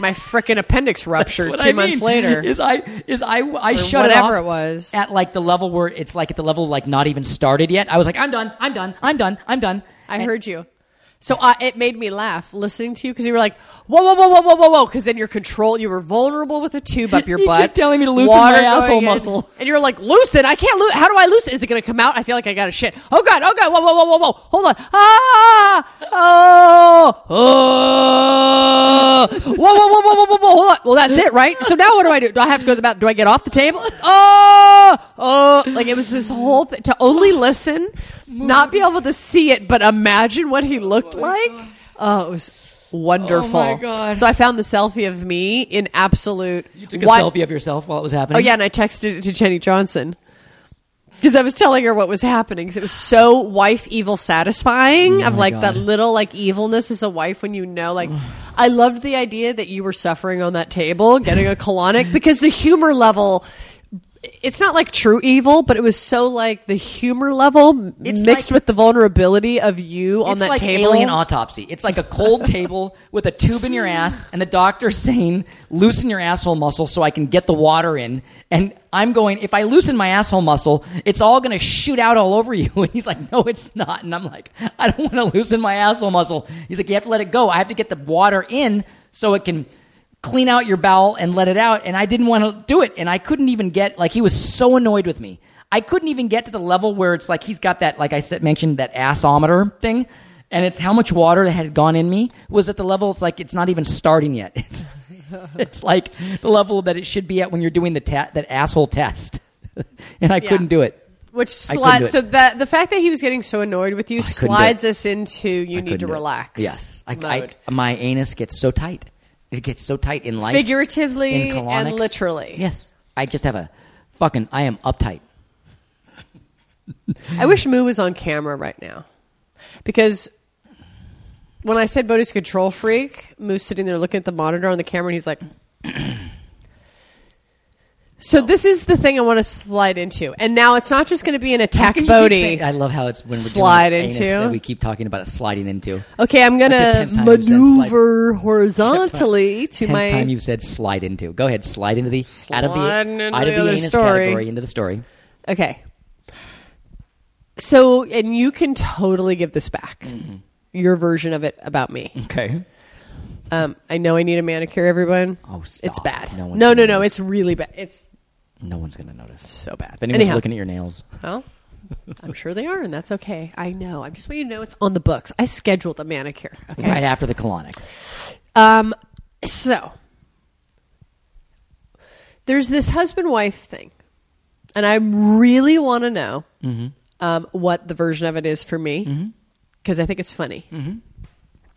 [SPEAKER 3] my freaking appendix ruptured
[SPEAKER 2] What
[SPEAKER 3] two
[SPEAKER 2] I
[SPEAKER 3] months
[SPEAKER 2] mean *laughs*
[SPEAKER 3] later.
[SPEAKER 2] Is I is I I shut
[SPEAKER 3] whatever
[SPEAKER 2] it, off
[SPEAKER 3] it was.
[SPEAKER 2] at like the level where it's like at the level like not even started yet. I was like, I'm done, I'm done, I'm done, I'm done.
[SPEAKER 3] I
[SPEAKER 2] And-
[SPEAKER 3] heard you. So I, it made me laugh listening to you because you were like, whoa, whoa, whoa, whoa, whoa, whoa, whoa. Because then you're control, you were vulnerable with a
[SPEAKER 2] *laughs*
[SPEAKER 3] tube up your
[SPEAKER 2] You
[SPEAKER 3] butt.
[SPEAKER 2] kept telling me to loosen
[SPEAKER 3] water
[SPEAKER 2] my
[SPEAKER 3] going
[SPEAKER 2] asshole
[SPEAKER 3] in.
[SPEAKER 2] muscle.
[SPEAKER 3] And you're like, loosen. I can't loosen. How do I loosen? Is it going to come out? I feel like I got a shit. Oh, God. Oh, God. Whoa, whoa, whoa, whoa, whoa. Hold on. Ah. Oh. Oh. Whoa, whoa, whoa, whoa, whoa, whoa, whoa. Hold on. Well, that's it, right? So now what do I do? Do I have to go to the bathroom? Do I get off the table? Oh. Oh. Like it was this whole thing to only listen, not be able to see it, but imagine what he looked like. Oh, it was wonderful.
[SPEAKER 2] Oh, my God.
[SPEAKER 3] So I found the selfie of me in absolute.
[SPEAKER 2] You took a
[SPEAKER 3] wi-
[SPEAKER 2] selfie of yourself while it was happening.
[SPEAKER 3] Oh yeah, and I texted it to Jenny Johnson because I was telling her what was happening. 'cause it was so wife evil satisfying. of like that
[SPEAKER 2] Oh God.
[SPEAKER 3] little like evilness as a wife when you know like. I loved the idea that you were suffering on that table,
[SPEAKER 2] *laughs*
[SPEAKER 3] getting a colonic, because the humor level. It's not like true evil, but it was so like the humor level
[SPEAKER 2] It's
[SPEAKER 3] mixed
[SPEAKER 2] like-
[SPEAKER 3] with the vulnerability of you on
[SPEAKER 2] it's
[SPEAKER 3] that
[SPEAKER 2] like
[SPEAKER 3] table.
[SPEAKER 2] alien autopsy. It's like a
[SPEAKER 3] *laughs*
[SPEAKER 2] cold table with a tube in your ass, and the doctor saying, "Loosen your asshole muscle so I can get the water in." And I'm going, if I loosen my asshole muscle, it's all going to shoot out all over you. *laughs* And he's like, "No, it's not." And I'm like, "I don't want to loosen my asshole muscle." He's like, "You have to let it go. I have to get the water in so it can." Clean out your bowel and let it out. And I didn't want to do it. And I couldn't even get, like, he was so annoyed with me. I couldn't even get to the level where it's like he's got that, like I said, mentioned that assometer thing, and it's how much water that had gone in me was at the level. It's like it's not even starting yet. *laughs* It's, it's like the level that it should be at when you're doing the ta- that asshole test, *laughs* and I
[SPEAKER 3] Yeah.
[SPEAKER 2] couldn't do it.
[SPEAKER 3] Which
[SPEAKER 2] I couldn't do
[SPEAKER 3] slides.
[SPEAKER 2] it.
[SPEAKER 3] So that the fact that he was getting so annoyed with you
[SPEAKER 2] couldn't do
[SPEAKER 3] slides
[SPEAKER 2] it.
[SPEAKER 3] us into you need to
[SPEAKER 2] Couldn't do it.
[SPEAKER 3] relax.
[SPEAKER 2] Yes, I, I-
[SPEAKER 3] mode.
[SPEAKER 2] my anus gets so tight. It gets so tight in life,
[SPEAKER 3] figuratively
[SPEAKER 2] in colonics.
[SPEAKER 3] and literally.
[SPEAKER 2] Yes, I just have a fucking. I am uptight.
[SPEAKER 3] I wish Moo was on camera right now because when I said Bodhi's a control freak, Moo's sitting there looking at the monitor on the camera, and he's like. *clears throat* So this is the thing I want to slide into, and now it's not just going to be an attack
[SPEAKER 2] You keep
[SPEAKER 3] Bodhi.
[SPEAKER 2] saying- I love how it's when we're
[SPEAKER 3] Slide
[SPEAKER 2] doing anus
[SPEAKER 3] into.
[SPEAKER 2] that we keep talking about it sliding into.
[SPEAKER 3] Okay, I'm gonna
[SPEAKER 2] Like the 10 times you said
[SPEAKER 3] maneuver horizontally to
[SPEAKER 2] Tenth
[SPEAKER 3] my
[SPEAKER 2] time you've said slide into. Go ahead, slide into the out of the
[SPEAKER 3] Slide into
[SPEAKER 2] out
[SPEAKER 3] the
[SPEAKER 2] of the,
[SPEAKER 3] other
[SPEAKER 2] anus
[SPEAKER 3] story.
[SPEAKER 2] category into the story. Mm-hmm.
[SPEAKER 3] Okay. So, and you can totally give this back. your version of it about me.
[SPEAKER 2] Okay.
[SPEAKER 3] Um, I know I need a manicure, everyone.
[SPEAKER 2] Oh, stop.
[SPEAKER 3] It's bad.
[SPEAKER 2] No
[SPEAKER 3] No,
[SPEAKER 2] one's
[SPEAKER 3] no,
[SPEAKER 2] gonna
[SPEAKER 3] no, no.
[SPEAKER 2] notice.
[SPEAKER 3] It's really bad. It's
[SPEAKER 2] No one's gonna notice.
[SPEAKER 3] so bad.
[SPEAKER 2] If anyone's
[SPEAKER 3] Anyhow,
[SPEAKER 2] looking at your nails,
[SPEAKER 3] well, I'm sure they are, and that's okay. I know. I'm just want you to know it's on the books. I scheduled a manicure. Okay.
[SPEAKER 2] right after the colonic.
[SPEAKER 3] Um, so there's this husband wife thing, and I really want to know um, what the version of it is for me because I think it's funny.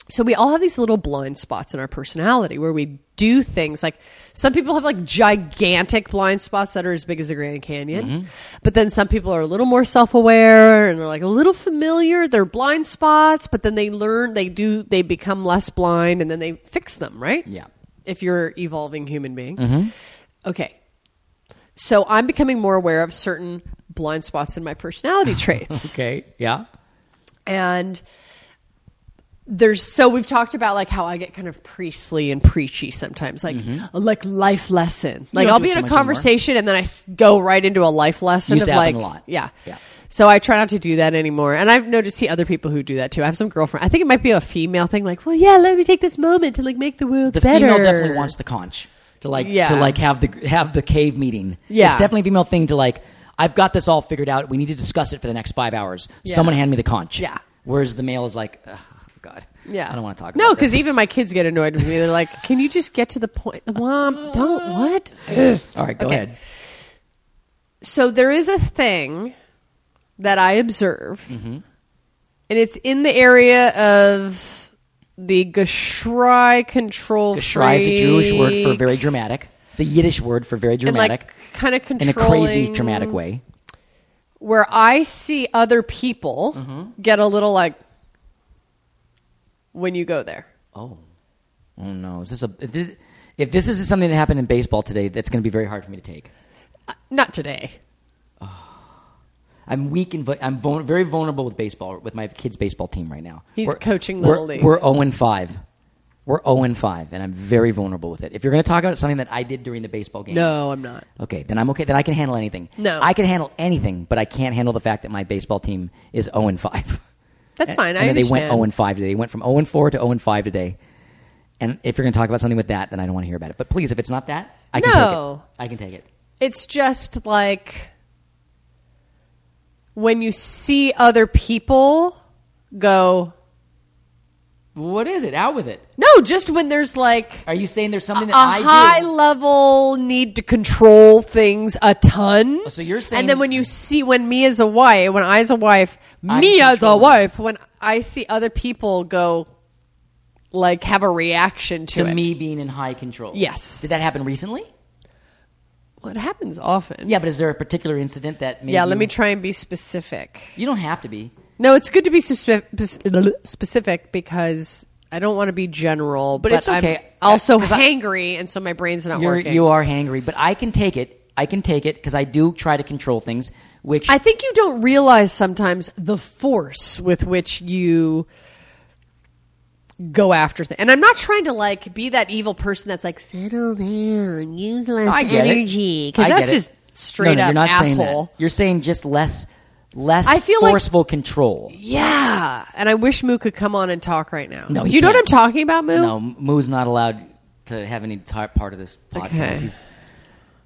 [SPEAKER 3] So we all have these little blind spots in our personality where we do things like some people have like gigantic blind spots that are as big as the Grand Canyon. But then some people are a little more self-aware and they're like a little familiar, they're blind spots, but then they learn, they do they become less blind and then they fix them, right?
[SPEAKER 2] Yeah.
[SPEAKER 3] If you're evolving human being.
[SPEAKER 2] Mm-hmm.
[SPEAKER 3] Okay. So I'm becoming more aware of certain blind spots in my personality
[SPEAKER 2] *laughs*
[SPEAKER 3] traits
[SPEAKER 2] Okay. Yeah.
[SPEAKER 3] and there's so we've talked about like how I get kind of priestly and preachy sometimes, like like life lesson.
[SPEAKER 2] Mm-hmm.
[SPEAKER 3] Like
[SPEAKER 2] don't
[SPEAKER 3] I'll
[SPEAKER 2] do
[SPEAKER 3] be
[SPEAKER 2] it
[SPEAKER 3] in
[SPEAKER 2] so
[SPEAKER 3] a
[SPEAKER 2] much
[SPEAKER 3] conversation and then I s- go right into a life lesson
[SPEAKER 2] Used
[SPEAKER 3] of
[SPEAKER 2] to
[SPEAKER 3] like
[SPEAKER 2] happen a lot.
[SPEAKER 3] yeah
[SPEAKER 2] Yeah.
[SPEAKER 3] So I try not to do that anymore, and I've noticed see other people who do that too. I have some girlfriend. I think it might be a female thing, like well yeah, let me take this moment to like make the world
[SPEAKER 2] The
[SPEAKER 3] better.
[SPEAKER 2] female definitely wants the conch to like
[SPEAKER 3] Yeah.
[SPEAKER 2] to like have the have the cave meeting.
[SPEAKER 3] Yeah.
[SPEAKER 2] It's definitely a female thing to like. I've got this all figured out. We need to discuss it for the next five hours.
[SPEAKER 3] Yeah.
[SPEAKER 2] Someone hand me the conch.
[SPEAKER 3] Yeah.
[SPEAKER 2] Whereas the male is like, oh, God.
[SPEAKER 3] Yeah,
[SPEAKER 2] I don't want to talk.
[SPEAKER 3] No,
[SPEAKER 2] about this."
[SPEAKER 3] because even my kids get annoyed with me.
[SPEAKER 2] *laughs*
[SPEAKER 3] They're like, "Can you just get to the point, mom? Don't what?" Ugh.
[SPEAKER 2] all right, go
[SPEAKER 3] Okay.
[SPEAKER 2] ahead.
[SPEAKER 3] so there is a thing that I observe,
[SPEAKER 2] Mm-hmm.
[SPEAKER 3] and it's in the area of the Geschrei control.
[SPEAKER 2] Geschrei is a Jewish word for
[SPEAKER 3] freak,
[SPEAKER 2] very dramatic. It's a Yiddish word for very
[SPEAKER 3] and
[SPEAKER 2] dramatic
[SPEAKER 3] like kind of
[SPEAKER 2] in a
[SPEAKER 3] controlling
[SPEAKER 2] crazy dramatic way.
[SPEAKER 3] Where I see other people
[SPEAKER 2] Mm-hmm.
[SPEAKER 3] get a little like when you go there.
[SPEAKER 2] Oh, oh no! Is this a? if thi- If this is something that happened in baseball today, that's going to be very hard for me to take.
[SPEAKER 3] Not today.
[SPEAKER 2] I'm weak and vu- I'm vul- very vulnerable with baseball with my kids' baseball team right now.
[SPEAKER 3] He's coaching
[SPEAKER 2] we're-
[SPEAKER 3] Little League.
[SPEAKER 2] We're zero and five. We're zero and five, and I'm very vulnerable with it. If you're going to talk about something that I did during the baseball game,
[SPEAKER 3] No, I'm not.
[SPEAKER 2] Okay, then I'm okay. Then I can handle anything.
[SPEAKER 3] No.
[SPEAKER 2] I can handle anything, but I can't handle the fact that my baseball team is zero and five.
[SPEAKER 3] That's
[SPEAKER 2] And-
[SPEAKER 3] fine.
[SPEAKER 2] *laughs*
[SPEAKER 3] I
[SPEAKER 2] and then they went
[SPEAKER 3] understand.
[SPEAKER 2] 0 and 5 today. They went from 0 and 4 to 0 and 5 today. And if you're going to talk about something with that, then I don't want to hear about it. But please, if it's not that, I can
[SPEAKER 3] No.
[SPEAKER 2] take it. I can take it.
[SPEAKER 3] it's just like when you see other people go
[SPEAKER 2] What is it? Out with it.
[SPEAKER 3] no just when there's like
[SPEAKER 2] Are you saying there's something
[SPEAKER 3] a
[SPEAKER 2] that I
[SPEAKER 3] high
[SPEAKER 2] do?
[SPEAKER 3] level need to control things a ton
[SPEAKER 2] Oh, So you're saying-
[SPEAKER 3] and then when you see when me as a wife when i as a wife
[SPEAKER 2] I'm
[SPEAKER 3] me as a
[SPEAKER 2] controlling.
[SPEAKER 3] wife when i see other people go like have a reaction to,
[SPEAKER 2] to
[SPEAKER 3] it
[SPEAKER 2] me being in high control.
[SPEAKER 3] Yes.
[SPEAKER 2] Did that happen recently?
[SPEAKER 3] well, it happens often
[SPEAKER 2] Yeah, but is there a particular incident that made
[SPEAKER 3] yeah
[SPEAKER 2] you,
[SPEAKER 3] let me try and be specific
[SPEAKER 2] You don't have to be.
[SPEAKER 3] No, it's good to be speci- specific because I don't want to be general, but,
[SPEAKER 2] it's okay.
[SPEAKER 3] I'm also
[SPEAKER 2] 'Cause I-
[SPEAKER 3] hangry, and so my brain's not
[SPEAKER 2] You're,
[SPEAKER 3] working.
[SPEAKER 2] you are hangry, but I can take it. I can take it because I do try to control things, which
[SPEAKER 3] I think you don't realize sometimes the force with which you go after things. And I'm not trying to like be that evil person that's like settle down, use less
[SPEAKER 2] I get it.
[SPEAKER 3] energy because
[SPEAKER 2] I get
[SPEAKER 3] that's
[SPEAKER 2] it.
[SPEAKER 3] just
[SPEAKER 2] No,
[SPEAKER 3] straight
[SPEAKER 2] no,
[SPEAKER 3] up
[SPEAKER 2] you're not saying that.
[SPEAKER 3] asshole.
[SPEAKER 2] You're saying just less, less
[SPEAKER 3] I feel like-
[SPEAKER 2] forceful control.
[SPEAKER 3] Yeah, and I wish Moo could come on and talk right now.
[SPEAKER 2] No, he
[SPEAKER 3] do you know what I'm
[SPEAKER 2] can't.
[SPEAKER 3] talking about, Moo?
[SPEAKER 2] No, Moo's not allowed to have any ti- part of this podcast.
[SPEAKER 3] Okay.
[SPEAKER 2] He's,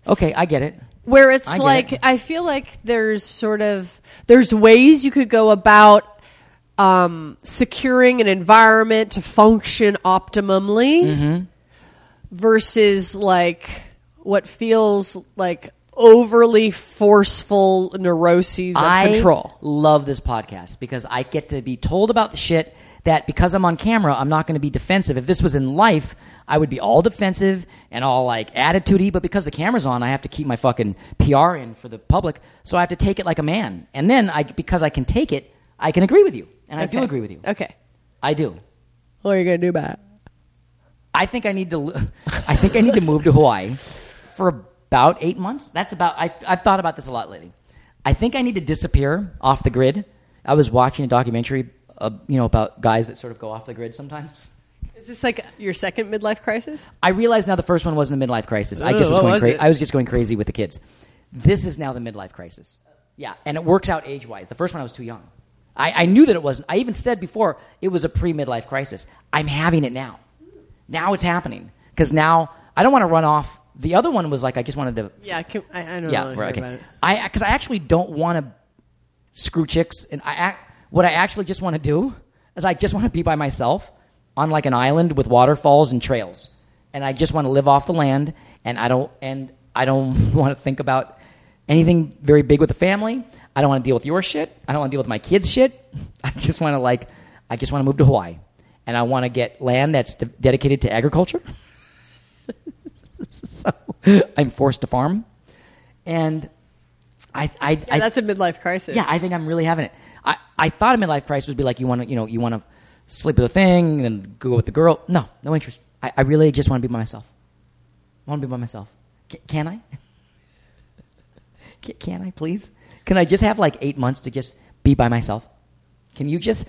[SPEAKER 2] okay, I get it.
[SPEAKER 3] where it's
[SPEAKER 2] I get
[SPEAKER 3] like
[SPEAKER 2] it.
[SPEAKER 3] I feel like there's sort of there's ways you could go about um, securing an environment to function optimally
[SPEAKER 2] Mm-hmm.
[SPEAKER 3] versus like what feels like overly forceful neuroses of
[SPEAKER 2] I
[SPEAKER 3] control.
[SPEAKER 2] love this podcast because I get to be told about the shit that because I'm on camera, I'm not going to be defensive. If this was in life, I would be all defensive and all like attitudey. But because the camera's on, I have to keep my fucking PR in for the public, so I have to take it like a man. And then I, because I can take it, I can agree with you, and I do
[SPEAKER 3] Okay.
[SPEAKER 2] agree with you.
[SPEAKER 3] Okay,
[SPEAKER 2] I do.
[SPEAKER 3] what are you gonna do about it?
[SPEAKER 2] I think I need to. lo- I think I need to move to Hawaii for about eight months. That's about. I, I've thought about this a lot lately. I think I need to disappear off the grid. I was watching a documentary, uh, you know, about guys that sort of go off the grid sometimes.
[SPEAKER 3] Is this like your second midlife crisis?
[SPEAKER 2] I realize now the first one wasn't a midlife crisis. I
[SPEAKER 3] Oh,
[SPEAKER 2] just was
[SPEAKER 3] what
[SPEAKER 2] going
[SPEAKER 3] was
[SPEAKER 2] crazy.
[SPEAKER 3] it?
[SPEAKER 2] I was just going crazy with the kids. This is now the midlife crisis. Yeah, and it works out age wise. The first one I was too young. I, I knew that it wasn't. I even said before it was a pre midlife crisis. I'm having it now. Now it's happening because now I don't want to run off. The other one was like I just wanted to
[SPEAKER 3] Yeah, can, I, I don't
[SPEAKER 2] yeah,
[SPEAKER 3] know
[SPEAKER 2] right,
[SPEAKER 3] about
[SPEAKER 2] okay.
[SPEAKER 3] it.
[SPEAKER 2] I because I actually don't want to screw chicks, and I act, what I actually just want to do is I just want to be by myself on like an island with waterfalls and trails, and I just want to live off the land, and I don't and I don't *laughs* want to think about anything very big with the family. I don't want to deal with your shit. I don't want to deal with my kids' shit. *laughs* I just want to like I just want to move to Hawaii, and I want to get land that's de- dedicated to agriculture. *laughs* so I'm forced to farm, and. I, I,
[SPEAKER 3] Yeah,
[SPEAKER 2] I,
[SPEAKER 3] that's a midlife crisis.
[SPEAKER 2] yeah, I think I'm really having it. I, I thought a midlife crisis would be like you want to you know you want to sleep with a thing and then go with the girl. No, no interest. I, I really just want to be by myself. I want to be by myself. C- can I? *laughs* C- can I please? Can I just have like eight months to just be by myself? Can you just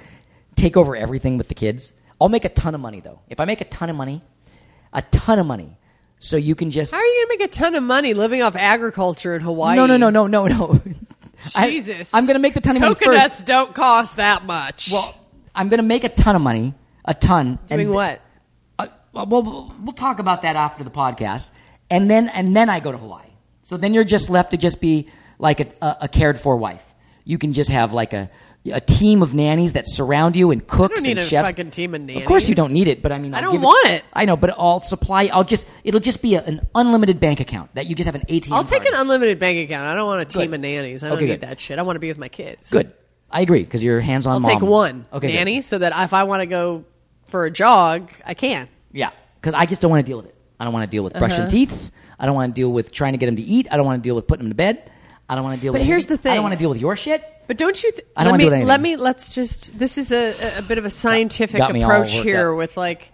[SPEAKER 2] take over everything with the kids? I'll make a ton of money though. If I make a ton of money, a ton of money, so you can just
[SPEAKER 3] How are you going to make a ton of money living off agriculture in Hawaii?
[SPEAKER 2] no no no no no no. *laughs* I-
[SPEAKER 3] Jesus.
[SPEAKER 2] I'm gonna make the ton of money first.
[SPEAKER 3] Coconuts don't cost that much.
[SPEAKER 2] Well, I'm going to make a ton of money, a ton.
[SPEAKER 3] doing
[SPEAKER 2] and-
[SPEAKER 3] what?
[SPEAKER 2] Uh, well, we'll we'll talk about that after the podcast, and then and then I go to Hawaii. So then you're just left to just be like a, a, a cared for wife. You can just have like a a team of nannies that surround you and cooks
[SPEAKER 3] need
[SPEAKER 2] and
[SPEAKER 3] a
[SPEAKER 2] chefs.
[SPEAKER 3] fucking team of
[SPEAKER 2] Of course, you
[SPEAKER 3] nannies.
[SPEAKER 2] don't need it, but I mean,
[SPEAKER 3] I
[SPEAKER 2] I'll
[SPEAKER 3] don't
[SPEAKER 2] give
[SPEAKER 3] want it.
[SPEAKER 2] I know, but I'll supply. I'll just it'll just be a, an unlimited bank account that you just have an ATM.
[SPEAKER 3] I'll take
[SPEAKER 2] card.
[SPEAKER 3] an unlimited bank account. I don't want a team
[SPEAKER 2] Good.
[SPEAKER 3] of nannies. I don't
[SPEAKER 2] Okay,
[SPEAKER 3] need
[SPEAKER 2] good.
[SPEAKER 3] that shit. I want to be with my kids.
[SPEAKER 2] Good, I agree because you're hands on.
[SPEAKER 3] I'll take one
[SPEAKER 2] okay, good.
[SPEAKER 3] nanny so that if I want to go for a jog, I can.
[SPEAKER 2] Yeah, because I just don't want to deal with it. I don't want to deal with brushing
[SPEAKER 3] Uh-huh.
[SPEAKER 2] teeth. I don't want to deal with trying to get them to eat. I don't want to deal with putting them to bed. I don't want to deal.
[SPEAKER 3] But
[SPEAKER 2] with
[SPEAKER 3] here's the
[SPEAKER 2] I don't
[SPEAKER 3] thing.
[SPEAKER 2] want to deal with your shit.
[SPEAKER 3] But don't you? Th-
[SPEAKER 2] I don't
[SPEAKER 3] let
[SPEAKER 2] wanna
[SPEAKER 3] me.
[SPEAKER 2] do it anyway.
[SPEAKER 3] let me. Let's just. This is a, a bit of a scientific
[SPEAKER 2] got me all
[SPEAKER 3] approach
[SPEAKER 2] worked
[SPEAKER 3] here
[SPEAKER 2] up.
[SPEAKER 3] with like.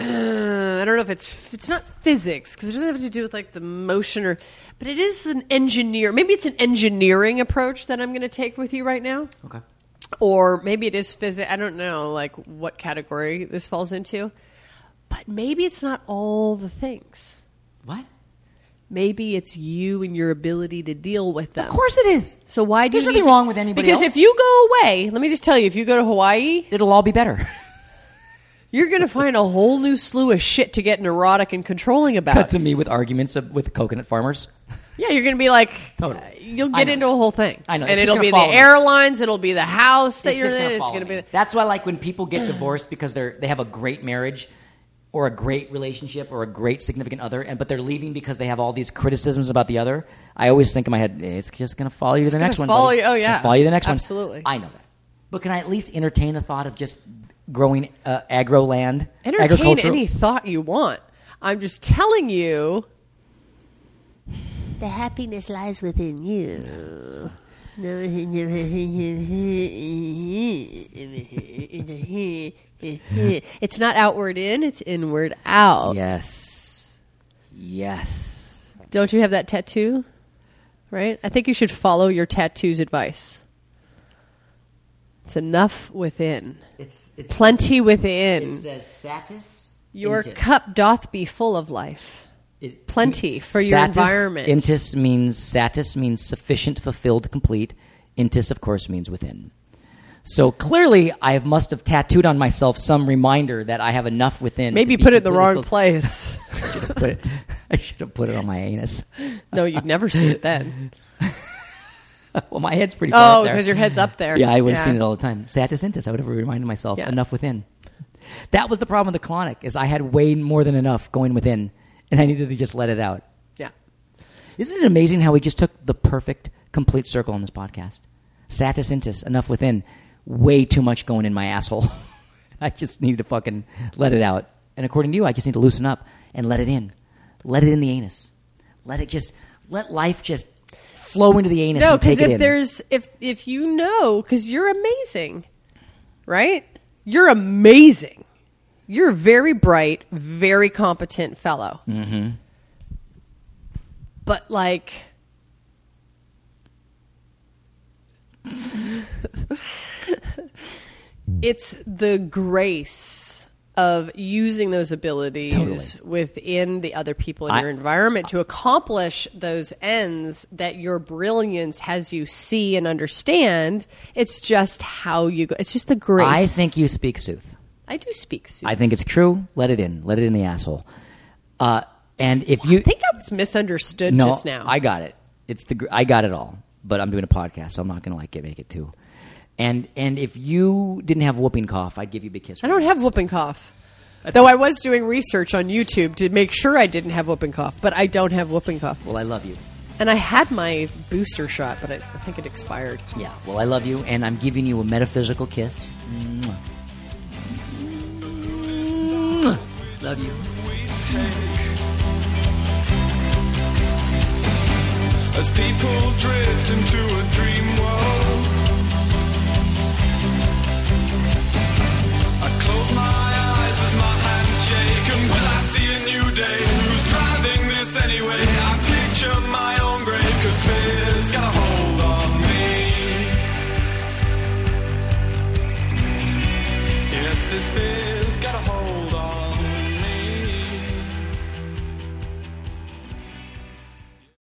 [SPEAKER 3] uh, I don't know if it's it's not physics because it doesn't have to do with like the motion or, but it is an engineer. Maybe it's an engineering approach that I'm going to take with you right now,
[SPEAKER 2] Okay.
[SPEAKER 3] or maybe it is physics. I don't know like what category this falls into, but maybe it's not all the things.
[SPEAKER 2] What?
[SPEAKER 3] Maybe it's you and your ability to deal with them.
[SPEAKER 2] Of course it is.
[SPEAKER 3] So why do
[SPEAKER 2] There's
[SPEAKER 3] you
[SPEAKER 2] nothing
[SPEAKER 3] need to-
[SPEAKER 2] wrong with anybody
[SPEAKER 3] Because
[SPEAKER 2] else.
[SPEAKER 3] if you go away, let me just tell you, if you go to Hawaii,
[SPEAKER 2] It'll all be better.
[SPEAKER 3] you're going to find a whole new slew of shit to get neurotic and
[SPEAKER 2] *laughs*
[SPEAKER 3] controlling
[SPEAKER 2] Cut
[SPEAKER 3] about.
[SPEAKER 2] to me with arguments of, with coconut farmers.
[SPEAKER 3] yeah, you're going to be like,
[SPEAKER 2] Totally.
[SPEAKER 3] you'll
[SPEAKER 2] I
[SPEAKER 3] get
[SPEAKER 2] know.
[SPEAKER 3] into a whole thing.
[SPEAKER 2] I know.
[SPEAKER 3] and
[SPEAKER 2] It's just
[SPEAKER 3] it'll
[SPEAKER 2] gonna
[SPEAKER 3] be the
[SPEAKER 2] follow me.
[SPEAKER 3] airlines, it'll be the house that
[SPEAKER 2] It's
[SPEAKER 3] you're
[SPEAKER 2] just
[SPEAKER 3] in.
[SPEAKER 2] gonna
[SPEAKER 3] It's
[SPEAKER 2] follow
[SPEAKER 3] going to be.
[SPEAKER 2] me. That's why, like, when people get divorced because they're they have a great marriage or a great relationship or a great significant other, and but they're leaving because they have all these criticisms about the other. I always think in my head, it's just gonna follow you to the
[SPEAKER 3] gonna
[SPEAKER 2] next one.
[SPEAKER 3] follow
[SPEAKER 2] buddy.
[SPEAKER 3] you- oh,
[SPEAKER 2] It's gonna
[SPEAKER 3] yeah.
[SPEAKER 2] follow you to the next
[SPEAKER 3] Absolutely.
[SPEAKER 2] one. I know that, but can I at least entertain the thought of just growing uh, agro land?
[SPEAKER 3] Entertain
[SPEAKER 2] agricultural-
[SPEAKER 3] any thought you want. I'm just telling you.
[SPEAKER 4] The happiness lies within you. No.
[SPEAKER 3] It's not outward in, it's inward out.
[SPEAKER 2] Yes, yes.
[SPEAKER 3] Don't you have that tattoo? Right? I think you should follow your tattoo's advice. It's enough within.
[SPEAKER 2] It's it's
[SPEAKER 3] plenty
[SPEAKER 2] It
[SPEAKER 3] within.
[SPEAKER 2] says satis.
[SPEAKER 3] Your
[SPEAKER 2] intis.
[SPEAKER 3] cup doth be full of life.
[SPEAKER 2] It-
[SPEAKER 3] Plenty for your
[SPEAKER 2] Satis-
[SPEAKER 3] environment.
[SPEAKER 2] Intis means satis means sufficient, fulfilled, complete. Intis, of course, means within. So clearly, I must have tattooed on myself some reminder that I have enough within.
[SPEAKER 3] Maybe
[SPEAKER 2] to be
[SPEAKER 3] put it in the
[SPEAKER 2] completely
[SPEAKER 3] wrong
[SPEAKER 2] filled-
[SPEAKER 3] place.
[SPEAKER 2] *laughs* I should have put it- I should have put it on my anus. *laughs*
[SPEAKER 3] no, you'd never see it then.
[SPEAKER 2] well, my head's pretty far
[SPEAKER 3] Oh,
[SPEAKER 2] up there.
[SPEAKER 3] because your head's up there.
[SPEAKER 2] Yeah, I would have seen it all the time. Satis intis. I would have reminded myself
[SPEAKER 3] Yeah.
[SPEAKER 2] enough within. That was the problem with the colonic is I had way more than enough going within, and I needed to just let it out.
[SPEAKER 3] Yeah.
[SPEAKER 2] Isn't it amazing how we just took the perfect, complete circle on this podcast? Satis intis, enough within, way too much going in my asshole. *laughs* I just need to fucking let it out. And according to you, I just need to loosen up and let it in. Let it in the anus. Let it just, let life just flow into the anus.
[SPEAKER 3] No,
[SPEAKER 2] and take
[SPEAKER 3] because
[SPEAKER 2] it
[SPEAKER 3] if
[SPEAKER 2] in.
[SPEAKER 3] there's if if you know, because you're amazing, right? You're amazing. You're a very bright, very competent fellow. Mm-hmm.
[SPEAKER 2] *laughs*
[SPEAKER 3] But like, it's the grace of using those abilities
[SPEAKER 2] Totally.
[SPEAKER 3] within the other people in
[SPEAKER 2] I-
[SPEAKER 3] your environment to accomplish those ends that your brilliance has you see and understand. It's just how you go. It's just the grace.
[SPEAKER 2] I think you speak sooth.
[SPEAKER 3] I do speak. Sue.
[SPEAKER 2] I think it's true. Let it in. Let it in the asshole. Uh, and if you
[SPEAKER 3] I think I was misunderstood
[SPEAKER 2] no,
[SPEAKER 3] just now.
[SPEAKER 2] I got it. It's the gr- I got it all. But I'm doing a podcast, so I'm not gonna like it, make it too. And and if you didn't have whooping cough, I'd give you a big kiss.
[SPEAKER 3] I don't have whooping cough. Though I was doing research on YouTube to make sure I didn't have whooping cough, but I don't have whooping cough.
[SPEAKER 2] Well, I love you.
[SPEAKER 3] And I had my booster shot, but I, I think it expired.
[SPEAKER 2] Yeah. Well, I love you, and I'm giving you a metaphysical kiss. Mwah. Mwah. Love you.
[SPEAKER 1] As people drift into a dream world.